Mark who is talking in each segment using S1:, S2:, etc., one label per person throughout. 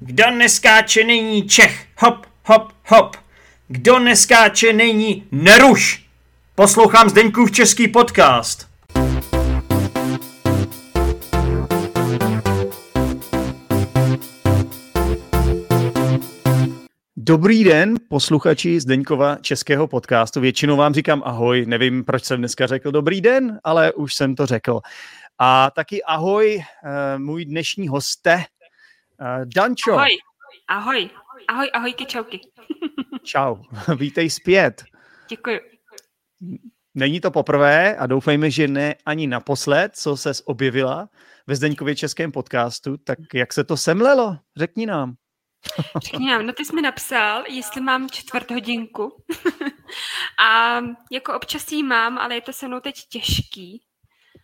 S1: Kdo neskáče, není Čech. Hop, hop, hop. Kdo neskáče, není Neruš. Poslouchám Zdeňkův český podcast.
S2: Dobrý den, posluchači Zdeňkova českého podcastu. Většinou vám říkám ahoj, nevím, proč jsem dneska řekl dobrý den, ale už jsem to řekl. A taky ahoj, eh, můj dnešní hoste, eh, Dančo.
S3: Ahoj, ahoj, ahoj, ahojky, čauky.
S2: Čau, vítej zpět.
S3: Děkuji.
S2: Není to poprvé a doufejme, že ne ani naposled, co se objevila ve Zdeňkově českém podcastu, tak jak se to semlelo, řekni nám.
S3: Řekni nám, no ty jsi mi napsal, jestli mám čtvrt hodinku. a jako občas jí mám, ale je to se mnou teď těžký.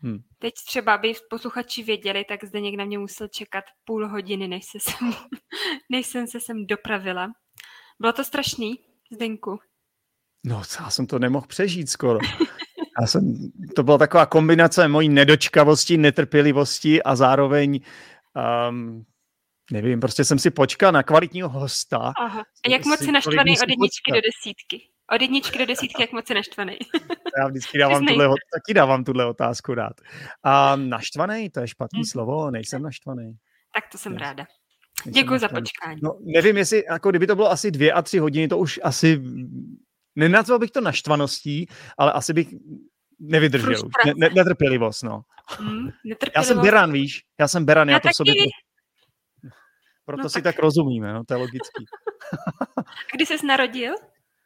S2: Hm.
S3: Teď třeba, aby posluchači věděli, tak zde někdo na mě musel čekat půl hodiny, než, se sem, než jsem se sem dopravila. Bylo to strašný, Zdeňku.
S2: No, já jsem to nemohl přežít skoro. Já jsem, to byla taková kombinace mojí nedočkavosti, netrpělivosti a zároveň, um, nevím, prostě jsem si počkal na kvalitního hosta.
S3: Aha. A
S2: Jsi-
S3: jak moc
S2: jsi
S3: jsi naštvaný
S2: kolik
S3: od
S2: musí
S3: jedničky do
S2: počkat?
S3: desítky? Od jedničky do desítky, jak moc jsi naštvaný?
S2: Já vždycky dávám
S3: Přiznej.
S2: tuhle, taky dávám tuhle otázku rád. A naštvaný, to je špatný
S3: Hm.
S2: slovo, nejsem naštvaný.
S3: tak to jsem
S2: Yes.
S3: ráda.
S2: nejsem
S3: Děkuji za
S2: naštvaný.
S3: počkání.
S2: No, nevím, jestli, jako kdyby to bylo asi dvě a tři hodiny, to už asi, nenazval bych to naštvaností, ale asi bych nevydržel. už. Ne, ne,
S3: Frustrace.
S2: netrpělivost, no. Já
S3: Hm,
S2: jsem
S3: netrpělivost.
S2: Beran, víš? Já jsem Beran, já,
S3: Já
S2: to v sobě...
S3: taky.
S2: Proto
S3: No
S2: si tak
S3: tak.
S2: rozumíme, no, to je logický.
S3: Kdy jsi narodil?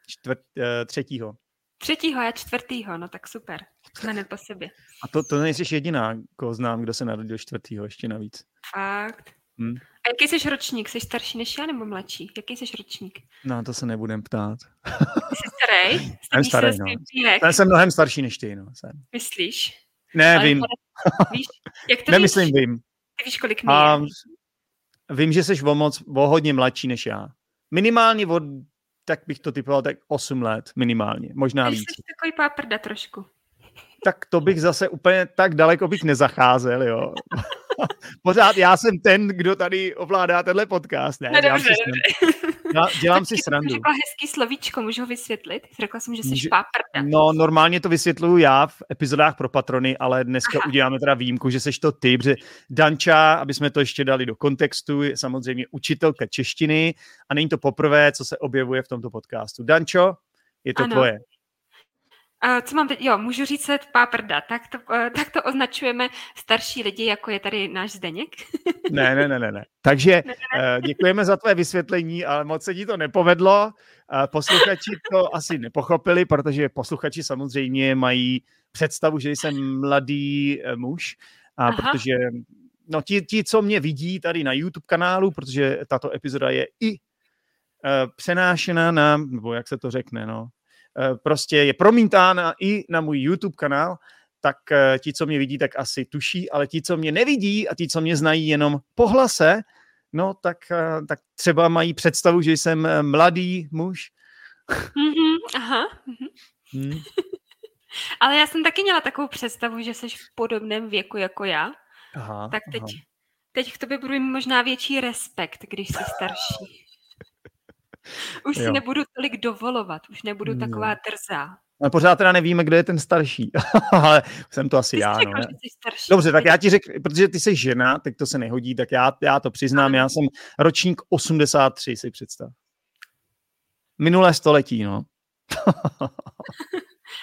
S2: Čtvrt, eh, třetího.
S3: Třetího, já čtvrtýho, no tak super. Na ne po sobě.
S2: A to, to nejsi jediná, koho znám, kdo se narodil čtvrtýho, ještě navíc.
S3: Fakt.
S2: Hm.
S3: A jaký jsi ročník? Jsi starší než já nebo mladší? Jaký jsi ročník?
S2: No, to se nebudem ptát.
S3: Jsi starý?
S2: starý, no.
S3: Věk,
S2: Já jsem mnohem starší než ty, no. Jsem.
S3: myslíš?
S2: Ne,
S3: Ale
S2: vím.
S3: to- Víš, jak to
S2: Nemyslím,
S3: víš?
S2: vím.
S3: Ty víš, kolik mi
S2: A
S3: je.
S2: vím, že jsi o moc, o hodně mladší než já. Minimálně od, tak bych to typoval, tak 8 let minimálně, možná
S3: Ty
S2: víc.
S3: Jsi takový páprda trošku.
S2: Tak to bych zase úplně tak daleko bych nezacházel, jo. Pořád já jsem ten, kdo tady ovládá tenhle podcast, ne?
S3: No
S2: dělám
S3: dobře,
S2: si srandu. Já, dělám si
S3: Počkej, ty jsi
S2: srandu.
S3: Řekla hezký slovíčko, můžu ho vysvětlit? Řekla jsem, že jsi
S2: Může-
S3: páprda.
S2: No, normálně to vysvětluju já v epizodách pro patrony, ale dneska
S3: Aha.
S2: uděláme teda výjimku, že seš to ty, protože Danča, aby jsme to ještě dali do kontextu, je samozřejmě učitelka češtiny a není to poprvé, co se objevuje v tomto podcastu. Dančo, je to ano.
S3: Ano.
S2: tvoje.
S3: A co mám teď? Jo, můžu říct se páprda. Tak to, eh, tak to označujeme starší lidi, jako je tady náš Zdeněk.
S2: Ne, ne, ne, ne, ne. Takže eh, děkujeme za tvé vysvětlení, ale moc se ti to nepovedlo. Eh, Posluchači to asi nepochopili, protože posluchači samozřejmě mají představu, že jsem mladý eh, muž, a
S3: Aha.
S2: protože no, ti, ti, co mě vidí tady na YouTube kanálu, protože tato epizoda je i eh, přenášena na, nebo jak se to řekne, no, eh, prostě je promítána i na můj YouTube kanál, tak eh, ti, co mě vidí, tak asi tuší, ale ti, co mě nevidí a ti, co mě znají jenom po hlase, no tak, eh, tak třeba mají představu, že jsem eh, mladý muž.
S3: Mhm, aha. mhm.
S2: Hmm.
S3: Ale já jsem taky měla takovou představu, že jsi v podobném věku jako já.
S2: Aha,
S3: Tak teď, teď k tobě budu mít možná větší respekt, když jsi starší. Už si
S2: Jo. Mm.
S3: nebudu tolik dovolovat, už nebudu
S2: Jo.
S3: taková trzá.
S2: Ale pořád teda nevíme, kdo je ten starší, ale jsem to asi
S3: Ty jsi
S2: já. No,
S3: řekla,
S2: ne?
S3: že jsi starší.
S2: Dobře, tak já ti řeknu, protože ty jsi žena, tak to se nehodí, tak já, já to přiznám,
S3: Ano.
S2: já jsem ročník 83, si představ. Minulé století, no.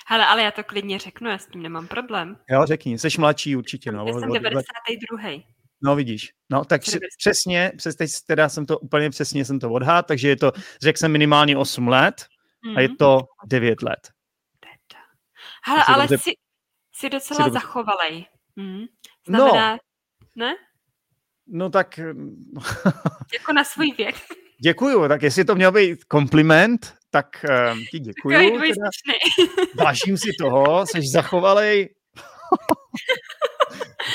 S3: Hele, ale já to klidně řeknu, já s tím nemám problém.
S2: Jo, řekni, jsi mladší určitě, no.
S3: já
S2: o-
S3: jsem
S2: o-
S3: 92.
S2: No vidíš, no tak při-
S3: 90.
S2: přesně, přes, teď teda jsem to úplně přesně jsem to odhad, takže je to, řekl jsem minimálně 8 let a je
S3: Mhm.
S2: to 9 let.
S3: Teda. Hele,
S2: si
S3: ale
S2: dobře-
S3: jsi, jsi docela
S2: si
S3: jsi
S2: dobře-
S3: zachovalej. Hmm.
S2: No.
S3: Znamená, no. ne?
S2: No tak mm,
S3: Jako na svůj věk.
S2: děkuju, tak jestli to měl být kompliment, tak eh, ti
S3: Takový
S2: děkuju, teda,
S3: dvojznačný.
S2: vážím si toho, jsi zachovalej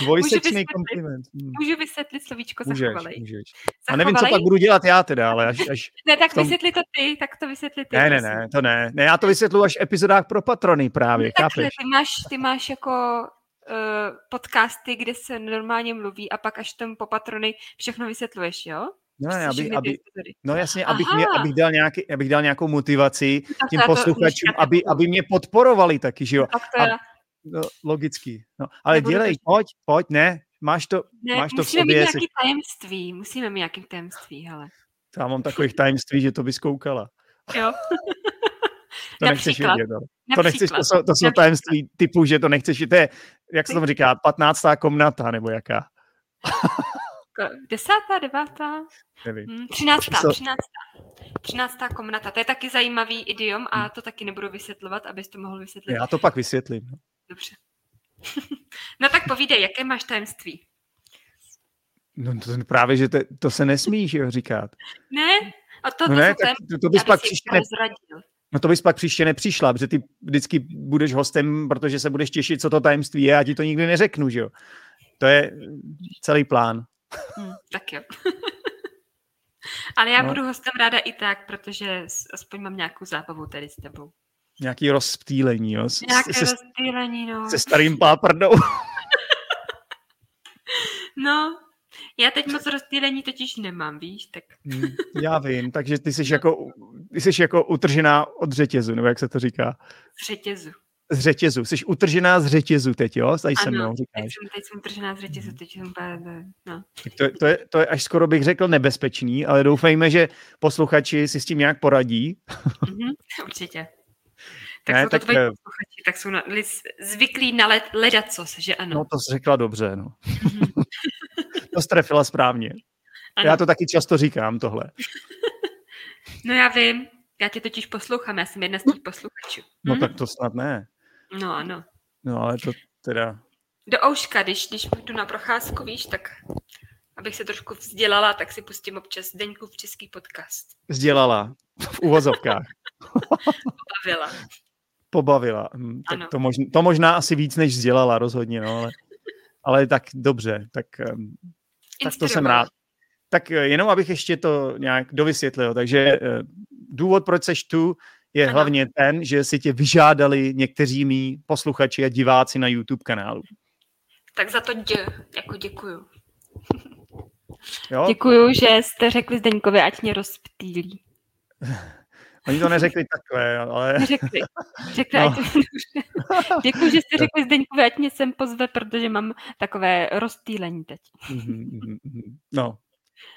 S2: dvojsečný
S3: vysvětlit?
S2: kompliment. Hm,
S3: Můžu vysvětlit slovíčko
S2: Můžeš,
S3: zachovalej?
S2: můžeš. A
S3: zachovalej?
S2: nevím, co pak budu dělat já teda, ale až, až
S3: Ne, tak
S2: v tom-
S3: tom... vysvětli to ty, tak to vysvětli ty.
S2: ne, ne,
S3: prosím.
S2: ne, to ne. Ne, já to vysvětluji až v epizodách pro patrony právě,
S3: No, Takhle,
S2: chápeš?
S3: ty máš, ty máš jako uh, podcasty, kde se normálně mluví a pak až tam po patrony všechno vysvětluješ, jo?
S2: No,
S3: Prostě
S2: aby-
S3: všechny ty
S2: aby-
S3: epizody.
S2: No jasně, abych, mě,
S3: Aha. No
S2: abych, dal nějaký, abych dal nějakou motivaci
S3: Tak
S2: těm
S3: to já to
S2: posluchačům,
S3: necháte.
S2: aby, aby mě podporovali taky, že jo?
S3: Tak to já,
S2: No, logicky. No, ale
S3: Nebudu
S2: dělej, pojď, pojď, ne, máš to,
S3: ne,
S2: máš to v
S3: musíme mít
S2: sobě. Jsi,
S3: nějaký tajemství, musíme mít nějaký tajemství, hele.
S2: já mám takových tajemství, že to by zkoukala.
S3: Jo,
S2: To nechceš
S3: Například.
S2: vědět. Ale. To,
S3: například.
S2: nechceš, to, jsou, to jsou
S3: Například.
S2: tajemství typu, že to nechceš, to je, jak se tomu říká, 15. komnata, nebo jaká,
S3: Ko- Desátá, devátá,
S2: nevím.
S3: hm, třináctá,
S2: Hmm, Co?
S3: třináctá. Třináctá komnata, to je taky zajímavý idiom a to taky nebudu vysvětlovat, abys to mohl vysvětlit.
S2: Já to pak vysvětlím.
S3: Dobře. no tak povídej, jaké máš tajemství?
S2: No to, právě, že to, to se nesmí, že jo, říkat.
S3: Ne? A to, to
S2: No
S3: ne,
S2: ne,
S3: jsou
S2: tak
S3: tajemství,
S2: to, to bys pak
S3: abys je
S2: příště ne,
S3: prozradil.
S2: No to bys pak příště nepřišla, protože ty vždycky budeš hostem, protože se budeš těšit, co to tajemství je, a ti to nikdy neřeknu, že jo. To je celý plán.
S3: Hm, tak jo. Ale já
S2: No.
S3: no. budu hostem ráda i tak, protože s- aspoň mám nějakou zábavu tady s tebou.
S2: Nějaký rozptýlení, jo. s-
S3: Nějaké
S2: se,
S3: rozdílení, no.
S2: se starým páprdou.
S3: No, já teď moc rozdílení totiž nemám, víš, tak
S2: Hm, Já vím, takže ty jsi jako, ty jsi jako utržená od řetězu, nebo jak se to říká.
S3: z řetězu.
S2: Z řetězu, jsi utržená z řetězu teď, jo? Tady se
S3: Ano,
S2: mnou
S3: Teď
S2: říkáš.
S3: jsem, teď jsem tržená z řetězu, teď jsem úplně, ne, no.
S2: Tak to, je- to, je, to je až skoro bych řekl nebezpečný, ale doufejme, že posluchači si s tím nějak poradí.
S3: Mhm, určitě.
S2: Ne,
S3: Tak ne, jsou tak,
S2: tak,
S3: to tvoji
S2: eh,
S3: posluchači, tak jsou na, li, zvyklí na led, ledacos, že ano.
S2: No to jsi řekla dobře, no.
S3: Mhm,
S2: To strefila správně.
S3: ano.
S2: Já to taky často říkám tohle.
S3: No já vím, já tě totiž poslouchám, já jsem jedna z těch posluchačů.
S2: No
S3: Mhm.
S2: tak to snad ne.
S3: No ano.
S2: No ale to teda...
S3: Do ouška, když, když jdu na procházku, víš, tak abych se trošku vzdělala, tak si pustím občas Deňku v český podcast.
S2: Zdělala v uvozovkách.
S3: Bavila.
S2: Pobavila. Hm, Tak
S3: Ano.
S2: to, možná, to možná asi víc, než sdělala rozhodně, no ale... Ale tak dobře, tak, ehm, tak to jsem
S3: Inspirovala.
S2: rád. Tak eh, jenom abych ještě to nějak dovysvětlil. Takže eh, důvod, proč seš tu, je
S3: Ano.
S2: hlavně ten, že si tě vyžádali někteří mý posluchači a diváci na YouTube kanálu.
S3: Tak za to dě, jako děkuju.
S2: Jo?
S3: Děkuju, že jste řekli Zdeňkovi, ať mě rozptýlí.
S2: Oni to neřekli takhle, ale...
S3: Řekli. řekli
S2: No.
S3: no. ať... děkuju, že jste řekli Zdeňkovi, ať mě sem pozve, protože mám takové rozptýlení teď.
S2: Mhm, mhm, mhm. No.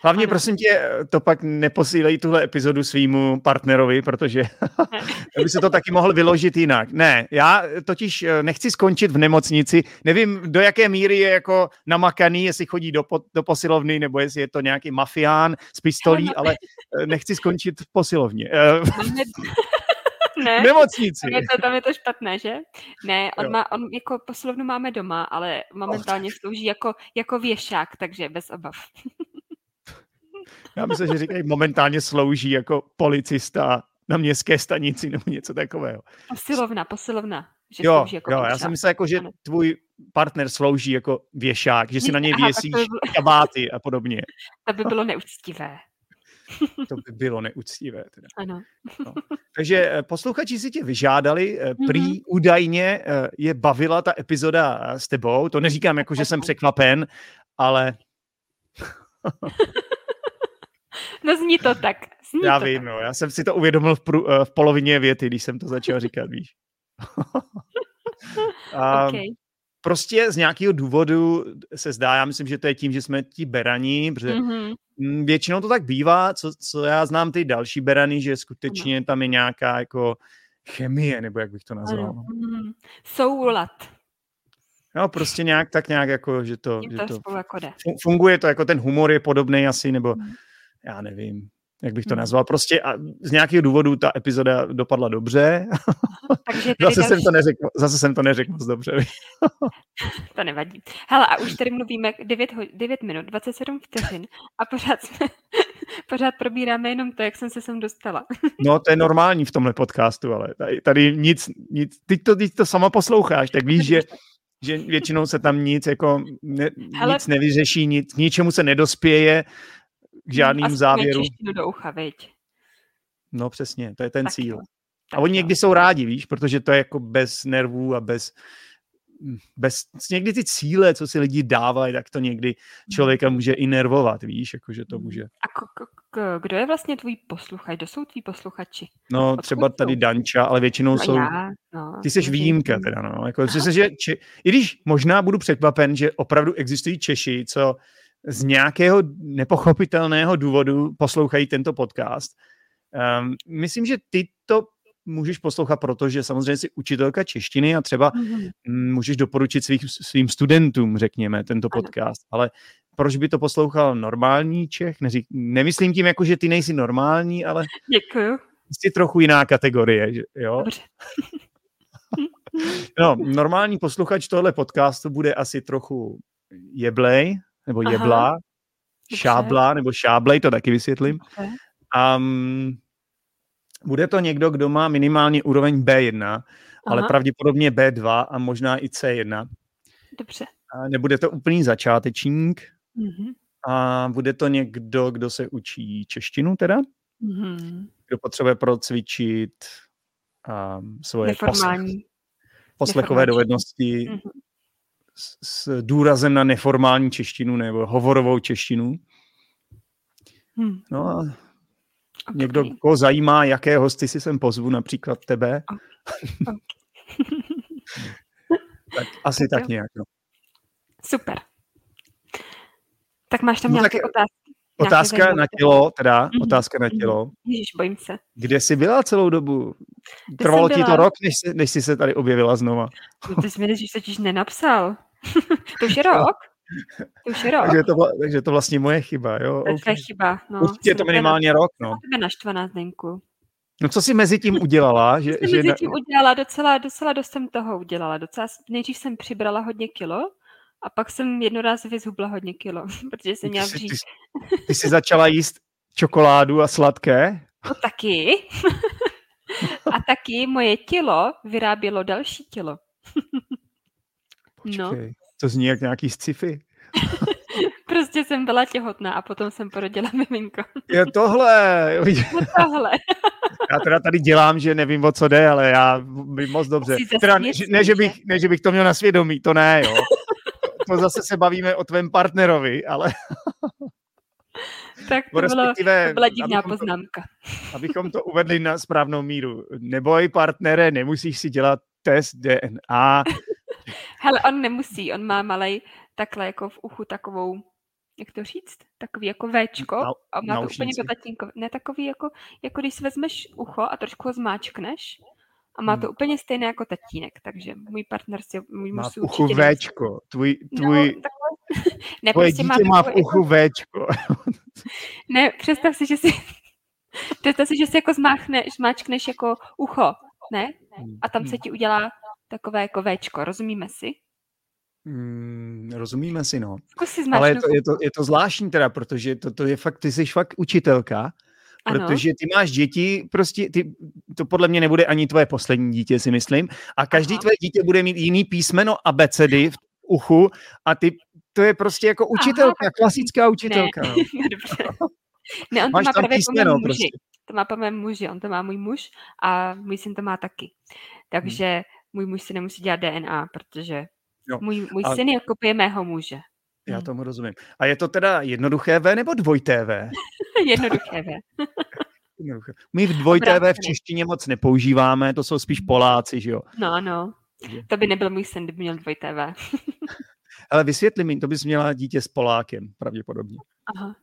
S2: Hlavně
S3: Ano.
S2: prosím tě, to pak neposílej tuhle epizodu svýmu partnerovi, protože by se to taky mohl vyložit jinak. Ne, já totiž eh, nechci skončit v nemocnici. Nevím, do jaké míry je jako namakaný, jestli chodí do, po, do posilovny, nebo jestli je to nějaký mafián s pistolí,
S3: Ano.
S2: ale eh, nechci skončit v posilovně. Eh,
S3: Máme...
S2: V
S3: ne?
S2: nemocnici.
S3: Tam je, to, tam je to špatné, že? Ne,
S2: Jo. Oh,
S3: on, má, on jako poslovnu máme doma, ale momentálně slouží jako, jako věšák, takže bez obav.
S2: Já myslím, že říkají, momentálně slouží jako policista na městské stanici nebo něco takového.
S3: Posilovna, posilovna. Že
S2: Jo,
S3: slouží jako
S2: jo já
S3: věšák.
S2: jsem myslel, jako, že
S3: Ano.
S2: tvůj partner slouží jako věšák, že si na něj
S3: Aha, tak
S2: věsíš
S3: to, by bylo,
S2: kabáty a podobně.
S3: to by bylo neuctivé.
S2: To by bylo neúctivé. Teda.
S3: Ano.
S2: Takže eh, posluchači si tě vyžádali, eh,
S3: Mhm.
S2: prý údajně eh, je bavila ta epizoda eh, s tebou, to neříkám jako, že jsem překvapen, ale
S3: No zní to tak. Zní
S2: já
S3: to
S2: vím,
S3: Tak.
S2: no, já jsem si to uvědomil v, prů, eh, v polovině věty, když jsem to začal říkat, víš. A
S3: Okay.
S2: Prostě z nějakého důvodu se zdá, já myslím, že to je tím, že jsme ti berani, protože
S3: Mhm.
S2: Mm, Většinou to tak bývá, co, co já znám ty další berany, že skutečně tam je nějaká jako chemie, nebo jak bych to nazval.
S3: Ano.
S2: no.
S3: Mhm. Soulad.
S2: No prostě nějak tak nějak jako, že to,
S3: Jim
S2: že
S3: to
S2: to
S3: spolu jako jde.
S2: fun- funguje to, jako ten humor je podobný asi, nebo
S3: Mhm.
S2: já nevím, jak bych to
S3: Mhm.
S2: nazval. Prostě a z nějakého důvodu ta epizoda dopadla dobře.
S3: Takže tady
S2: Zase jsem
S3: další...
S2: to neřekl, zase jsem to neřekl moc dobře.
S3: To nevadí. Hele, a už tady mluvíme 9, 9 minut, 27 vteřin a pořád jsme, pořád probíráme jenom to, jak jsem se sem dostala.
S2: No to je normální v tomhle podcastu, ale tady, tady nic, nic, ty to, ty to sama posloucháš, tak víš, že že většinou se tam nic jako ne,
S3: Hele.
S2: nic nevyřeší, nic, k ničemu se nedospěje, k žádným
S3: Aspoň
S2: závěru.
S3: češtinu do ucha, viď?
S2: No přesně, to je ten
S3: Tak
S2: cíl.
S3: jo,
S2: A oni
S3: jo.
S2: někdy jsou rádi, víš, protože to je jako bez nervů a bez bez, někdy ty cíle, co si lidi dávají, tak to někdy člověka může i nervovat, víš, jakože to může.
S3: A k- k- kdo je vlastně tvůj posluchač? Kdo jsou tví posluchači?
S2: No
S3: Odkud
S2: třeba tady
S3: jsou?
S2: Danča, ale většinou
S3: A
S2: jsou...
S3: já, no,
S2: Ty jsi
S3: já
S2: výjimka teda, no. Jako, jsi, že, či, I když možná budu překvapen, že opravdu existují Češi, co z nějakého nepochopitelného důvodu poslouchají tento podcast. Um, myslím, že ty to můžeš poslouchat, protože samozřejmě jsi učitelka češtiny a třeba
S3: Mhm.
S2: mm, můžeš doporučit svých, svým studentům, řekněme, tento
S3: Ano.
S2: podcast, ale proč by to poslouchal normální Čech? Neřík, nemyslím tím, jako, že ty nejsi normální, ale
S3: Děkuju.
S2: jsi trochu jiná kategorie, že- jo?
S3: Dobře.
S2: No, normální posluchač tohle podcastu bude asi trochu jeblej, nebo
S3: Aha.
S2: jeblá, šáblá, nebo šáblej, to taky vysvětlím.
S3: Dobře.
S2: Um, bude to někdo, kdo má minimálně úroveň B1, Aha. ale
S3: Aha,
S2: pravděpodobně B2 a možná i C1.
S3: Dobře.
S2: A nebude to úplný začátečník
S3: Mhm.
S2: a bude to někdo, kdo se učí češtinu teda,
S3: Mhm.
S2: kdo potřebuje procvičit um, svoje poslech,
S3: Neformální.
S2: poslechové
S3: neformální.
S2: dovednosti
S3: Mhm.
S2: s, s důrazem na neformální češtinu nebo hovorovou češtinu.
S3: Hm,
S2: No a
S3: ok.
S2: někdo, koho zajímá, jaké hosty si sem pozvu, například tebe, tak asi tak
S3: jo.
S2: nějak. No.
S3: Super. Tak máš tam
S2: No tak
S3: nějaké otázky? Nějaké
S2: Otázka
S3: zajímavé
S2: na tělo, teda
S3: Mhm,
S2: otázka na
S3: mhm.
S2: tělo.
S3: Ježíš, bojím se.
S2: Kde jsi byla celou dobu?
S3: Kde
S2: Trvalo
S3: jsem
S2: ti to
S3: byla?
S2: rok, než, jsi- než jsi se tady objevila znova.
S3: No, ty jsi mi totiž totiž nenapsal. to už je rok. To už je rok.
S2: Takže to, vla- takže to vlastně moje chyba, jo?
S3: To je
S2: Okay.
S3: tvoje chyba. No,
S2: Určitě je to
S3: jsem
S2: minimálně rok, no.
S3: Na tebe naštvaná zdenku.
S2: No co jsi mezi tím udělala? Že,
S3: Že, jsem
S2: že
S3: mezi
S2: na,
S3: tím udělala docela, docela dost jsem toho udělala. Docela, s- nejdřív jsem přibrala hodně kilo a pak jsem jednorázově zhubla hodně kilo, protože jsem
S2: ty,
S3: měla
S2: jsi, ty,
S3: vříž.
S2: jsi- ty jsi začala jíst čokoládu a sladké?
S3: No taky. a taky moje tělo vyrábělo další tělo. No.
S2: Počkej, to zní jak nějaký sci-fi.
S3: Prostě jsem byla těhotná a potom jsem porodila miminko.
S2: Je tohle,
S3: No tohle.
S2: Já teda tady dělám, že nevím, o co jde, ale já vím moc dobře.
S3: Jsi zase
S2: Teda ne, že- ne, že
S3: věcný,
S2: bych, ne, že bych to měl na svědomí, to ne, jo. To zase se bavíme o tvém partnerovi, ale
S3: Tak to, bylo,
S2: respektive...
S3: to byla divná
S2: abychom to,
S3: poznámka.
S2: abychom to uvedli na správnou míru. Neboj, partnere, nemusíš si dělat test DNA.
S3: Hele, on nemusí, on má malej takhle jako v uchu takovou, jak to říct, takový jako Včko
S2: Na-
S3: a má to úplně
S2: naušnici.
S3: po tatínkovi. Ne takový jako, jako když si vezmeš ucho a trošku ho zmáčkneš a má to
S2: Hmm.
S3: úplně stejné jako tatínek, takže můj partner si, můj
S2: Má
S3: muž
S2: v
S3: si
S2: uchu
S3: určitě nemyslí-
S2: Včko. Tvůj,
S3: No,
S2: tvůj, no,
S3: takhle- ne,
S2: tvoje
S3: prostě
S2: dítě má v
S3: takovou-
S2: uchu Včko.
S3: Ne, představ si, že si, představ si, že si jako zmáchne, zmáčkneš jako ucho, ne?
S2: Hmm.
S3: A tam se ti udělá takové jako Včko, rozumíme si?
S2: Mm, rozumíme si, no.
S3: Zkus si
S2: Ale je
S3: zmáčknout
S2: to, je, to, je to zvláštní teda, protože to, to je fakt, ty jsi fakt učitelka,
S3: Ano.
S2: protože ty máš děti, prostě ty, to podle mě nebude ani tvoje poslední dítě, si myslím, a každý Aha.
S3: Aha.
S2: tvoje dítě bude mít jiný písmeno abecedy v uchu a ty, to je prostě jako učitelka, Aha, klasická učitelka. Ne.
S3: No, Dobře. Ne,
S2: Hmm.
S3: on to
S2: Máš
S3: má
S2: tam
S3: právě po
S2: písmeno
S3: mém muži.
S2: prostě.
S3: To má po mém muži, on to má můj muž a můj syn to má taky.
S2: Hmm.
S3: Takže můj muž si nemusí dělat DNA, protože
S2: Jo,
S3: můj, můj
S2: a-
S3: syn je kopie mého muže.
S2: Já
S3: Hm.
S2: tomu rozumím. A je to teda jednoduché V nebo dvojité V?
S3: Jednoduché, ve.
S2: Jednoduché. My v dvojité V v
S3: Obráceně.
S2: češtině moc nepoužíváme, to jsou spíš Poláci, že jo?
S3: No, no.
S2: Takže-
S3: To by nebyl můj syn, kdyby měl dvojité V.
S2: Ale vysvětli mi, to bys měla dítě s Polákem, pravděpodobně.
S3: Aha.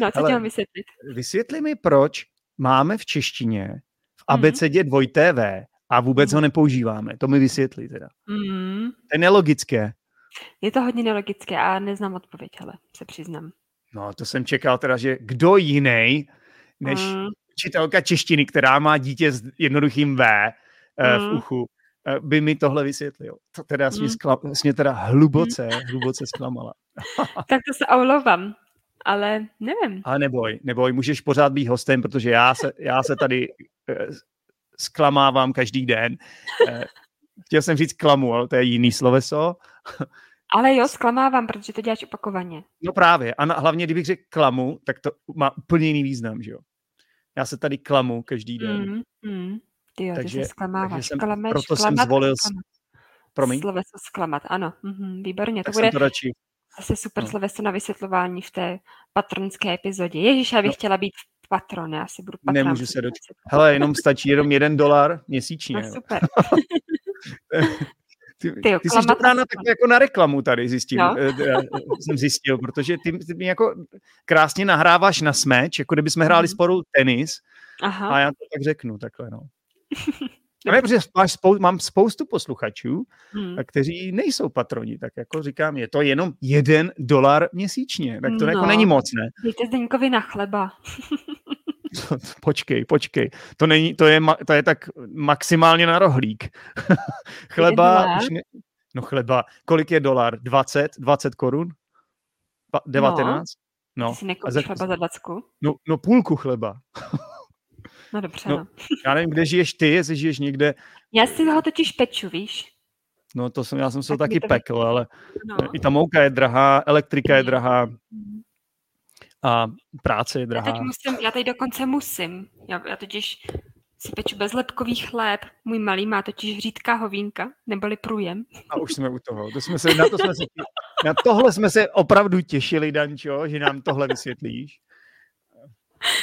S3: No, co
S2: Hele.
S3: ti mám vysvětlit?
S2: Vysvětli mi, proč máme v
S3: Mhm.
S2: češtině v abecedě dvojité V a vůbec ho nepoužíváme. To mi vysvětli teda.
S3: Mm.
S2: To je nelogické.
S3: Je to hodně nelogické a neznám odpověď, ale se přiznám.
S2: No, to jsem čekal teda, že kdo jiný než
S3: Mm.
S2: učitelka češtiny, která má dítě s jednoduchým V eh, v
S3: Mm.
S2: uchu, eh, by mi tohle vysvětlil. To teda jsi mě,
S3: Mm.
S2: skla- jsi mě teda hluboce, hluboce zklamala.
S3: Tak to se omlouvám, ale nevím.
S2: A neboj, neboj, můžeš pořád být hostem, protože já se, já se tady eh, zklamávám každý den. Eh, chtěl jsem říct klamu, ale to je jiný sloveso.
S3: Ale jo, zklamávám, protože to děláš opakovaně.
S2: No právě, a na, hlavně kdybych řekl klamu, tak to má úplně jiný význam, že jo? Já se tady klamu každý den. Mm.
S3: Mm, mm. Ty
S2: Takže-
S3: jo, takže, ty se zklamáváš.
S2: jsem-
S3: Klameš,
S2: proto jsem
S3: klamat,
S2: zvolil s-
S3: klamat.
S2: Promiň.
S3: Sloveso zklamat, ano. Mhm, výborně,
S2: tak
S3: to bude
S2: jsem to radši.
S3: zase super
S2: no.
S3: sloveso na vysvětlování v té patronské epizodě. Ježíš, já bych
S2: No.
S3: chtěla být patron, já si budu patron.
S2: Nemůžu se dočkat. Hele, jenom stačí jenom jeden dolar měsíčně.
S3: No,
S2: jo.
S3: super.
S2: Ty,
S3: Tyjo,
S2: ty jsi
S3: klamat
S2: dobrá na,
S3: aspoň.
S2: tak jako na reklamu tady, zjistím,
S3: No.
S2: no. jsem zjistil, protože ty, ty mi jako krásně nahráváš na smeč, jako kdyby jsme hráli
S3: Mhm.
S2: spolu tenis
S3: Aha.
S2: a já to tak řeknu takhle, no. A ne, protože máš spou- mám spoustu posluchačů,
S3: hm.
S2: kteří nejsou patroni, tak jako říkám, je to jenom jeden dolar měsíčně, tak to no. jako
S3: No.
S2: není moc, ne?
S3: Dejte Zdeňkovi na chleba.
S2: Počkej, počkej, to, není, to, je, ma- to je tak maximálně na rohlík. chleba,
S3: dolar?
S2: už ne, no chleba, kolik je dolar? 20, 20 korun? Pa- 19? No,
S3: Ty si nekoupíš
S2: za-
S3: chleba za dvacku?
S2: no, no půlku chleba.
S3: No dobře,
S2: No.
S3: no.
S2: Já nevím, kde žiješ ty, jestli žiješ někde,
S3: Já si ho totiž peču, víš?
S2: no to jsem, já jsem se
S3: Tak mi
S2: taky
S3: to-
S2: pekl, ale
S3: No.
S2: i ta mouka je drahá, elektrika je
S3: Mhm.
S2: drahá
S3: Mhm.
S2: a práce je
S3: Já teď,
S2: drahá.
S3: musím, já teď dokonce musím. Já, já totiž si peču bezlepkový chléb. Můj malý má totiž řídká hovínka, neboli průjem.
S2: A už jsme u toho. To jsme se, na, to jsme se, na tohle jsme se opravdu těšili, Dančo, že nám tohle vysvětlíš.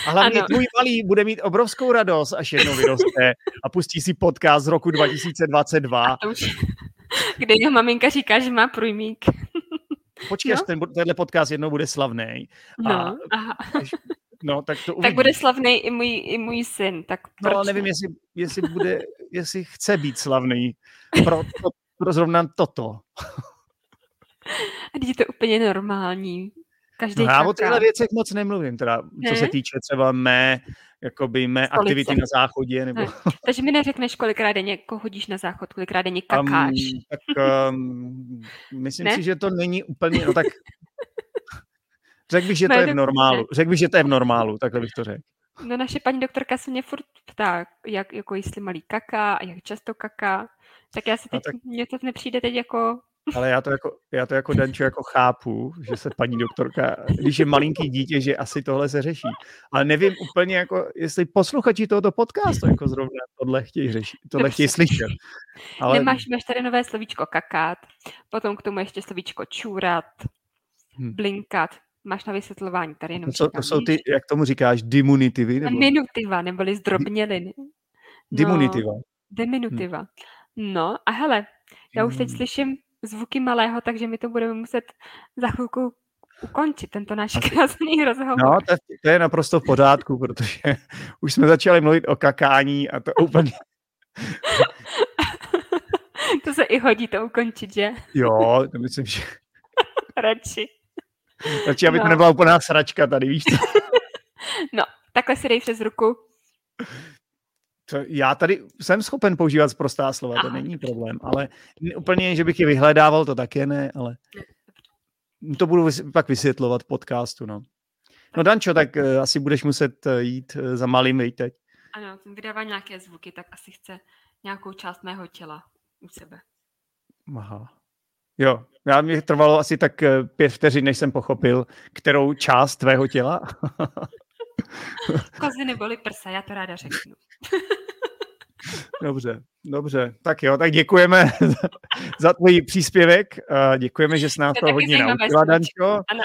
S2: A hlavně ano.
S3: Ano.
S2: tvůj malý bude mít obrovskou radost, až jednou vyroste a pustí si podcast z roku 2022.
S3: A to už, kde jeho maminka říká, že má průjmík.
S2: Počkej, až
S3: jo.
S2: ten, bu- tenhle podcast jednou bude slavný.
S3: No, aha.
S2: No, tak to uvidíš.
S3: Tak bude slavný i můj, i můj syn. Tak
S2: No,
S3: proč
S2: ale nevím,
S3: ne?
S2: jestli, jestli, bude, jestli chce být slavný pro, to, pro zrovna toto.
S3: A teď je to úplně normální. Každý
S2: No, já o
S3: čaká.
S2: těchto věcech moc nemluvím, teda, co se
S3: Ne?
S2: týče třeba mé, jakoby mé
S3: Stolice.
S2: aktivity na záchodě, nebo
S3: Ne. Takže mi neřekneš, kolikrát denně jako hodíš na záchod, kolikrát denně kakáš.
S2: Um, tak um, myslím
S3: Ne?
S2: si, že to není úplně, no tak řekl bych, že to
S3: Ne,
S2: je v
S3: dobře.
S2: normálu. Řekl bych, že to je v normálu, takhle bych to řekl.
S3: No naše paní doktorka se mě furt ptá, jak, jako jestli malý kaká a jak často kaká. Tak já si
S2: No
S3: teď,
S2: tak-
S3: mně to nepřijde teď jako,
S2: Ale já to jako, já to jako Dančo jako chápu, že se paní doktorka, když je malinký dítě, že asi tohle se řeší. Ale nevím úplně, jako, jestli posluchači tohoto podcastu jako zrovna tohle chtějí řešit, tohle
S3: Dobře.
S2: chtějí slyšet. Ale
S3: nemáš, máš tady nové slovíčko kakát, potom k tomu ještě slovíčko čůrat,
S2: Hm.
S3: blinkat, máš na vysvětlování tady jenom
S2: to, jsou, to
S3: čekám,
S2: jsou ty,
S3: víš?
S2: jak tomu říkáš, diminutivy? Nebo?
S3: Diminutiva, neboli zdrobněliny. No,
S2: Diminutiva.
S3: Diminutiva. No a hele, já už teď
S2: Diminutiva.
S3: slyším zvuky malého, takže my to budeme muset za chvilku ukončit, tento náš krásný rozhovor.
S2: No, to, to je naprosto v pořádku, protože už jsme začali mluvit o kakání a to úplně,
S3: To se i hodí to ukončit, že?
S2: jo, to myslím, že
S3: Radši.
S2: radši, aby to
S3: No.
S2: nebyla úplná sračka tady, víš co?
S3: Takhle si dej přes ruku.
S2: To, já tady jsem schopen používat prostá slova, to
S3: Aha,
S2: není problém, ale n- úplně, že bych je vyhledával, to také ne, ale to budu vys- pak vysvětlovat v podcastu, no. No Dančo, tak eh, asi budeš muset eh, jít eh, za malým viď, teď.
S3: Ano, ten vydává nějaké zvuky, tak asi chce nějakou část mého těla u sebe.
S2: Aha. Jo, já mě trvalo asi tak eh, pět vteřin, než jsem pochopil, kterou část tvého těla.
S3: Kozy neboli prsa, já to ráda řeknu.
S2: Dobře, dobře. Tak jo, tak děkujeme za- za tvůj příspěvek. eh, Děkujeme, že jsi nás
S3: To je
S2: to
S3: taky
S2: hodně
S3: zajímavé
S2: naučila,
S3: slovíčko.
S2: Dančo.
S3: Ano.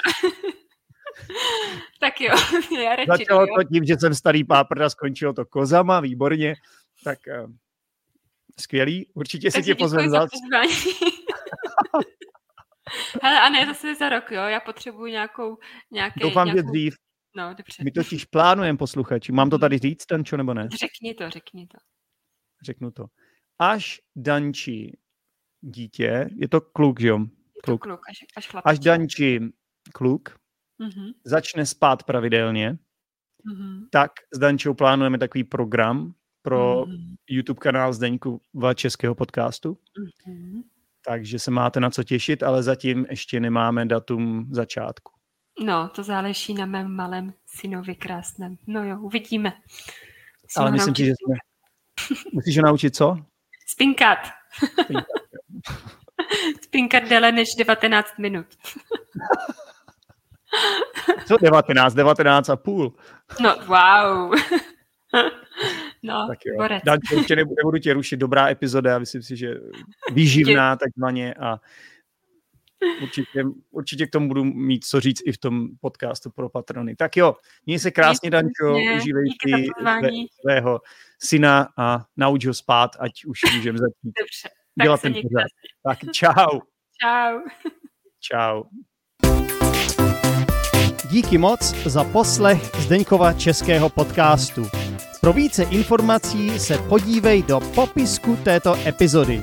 S3: tak jo, já radši
S2: Začalo
S3: jdu, jo.
S2: to tím, že jsem starý páprda, skončilo to kozama, výborně. Tak eh, skvělý, určitě si
S3: Takže
S2: tě
S3: děkuji
S2: pozvem
S3: za
S2: za...
S3: pozvání. Hele, a ne zase za rok, jo, já potřebuji nějakou, nějaký,
S2: Doufám, že
S3: nějakou...
S2: dřív.
S3: No, dobře. Mhm.
S2: My totiž plánujeme posluchači. Mám to tady říct, Dančo, nebo ne?
S3: Řekni to, řekni to.
S2: Řeknu to. Až Danči dítě, je to kluk, že jo?
S3: Je to
S2: Kluk.
S3: kluk, až, až chlap.
S2: Až Danči kluk
S3: Mhm,
S2: začne spát pravidelně,
S3: mhm,
S2: tak s Dančou plánujeme takový program pro
S3: mhm,
S2: YouTube kanál Zdeňku Va Českého podcastu,
S3: mhm.
S2: takže se máte na co těšit, ale zatím ještě nemáme datum začátku.
S3: No, to záleží na mém malém synovi krásném. No jo, uvidíme. Musím
S2: ale
S3: ho
S2: myslím si, že
S3: naučit
S2: jsme... Musíš ho naučit co?
S3: Spinkat.
S2: Spinkat,
S3: Spinkat déle než 19 minut.
S2: Co 19, 19 a půl.
S3: No, wow. No,
S4: Tak jo.
S3: borec.
S4: Danče, určitě nebudu, nebudu tě rušit. Dobrá epizoda, myslím si, že výživná takzvaně a určitě, určitě k tomu budu mít co říct i v tom podcastu pro patrony. Tak jo, měj se krásně, Dančo,
S3: Mě,
S4: užívej
S3: Díky
S4: si
S3: za pozvání.
S4: svého syna a nauč ho spát, ať už můžeme začít
S3: Dobře.
S4: dělat
S3: Tak se
S4: ten
S3: mějte.
S4: pořád. Tak čau.
S3: Čau.
S4: Čau.
S2: Díky moc za poslech Zdeňkova českého podcastu. Pro více informací se podívej do popisku této epizody,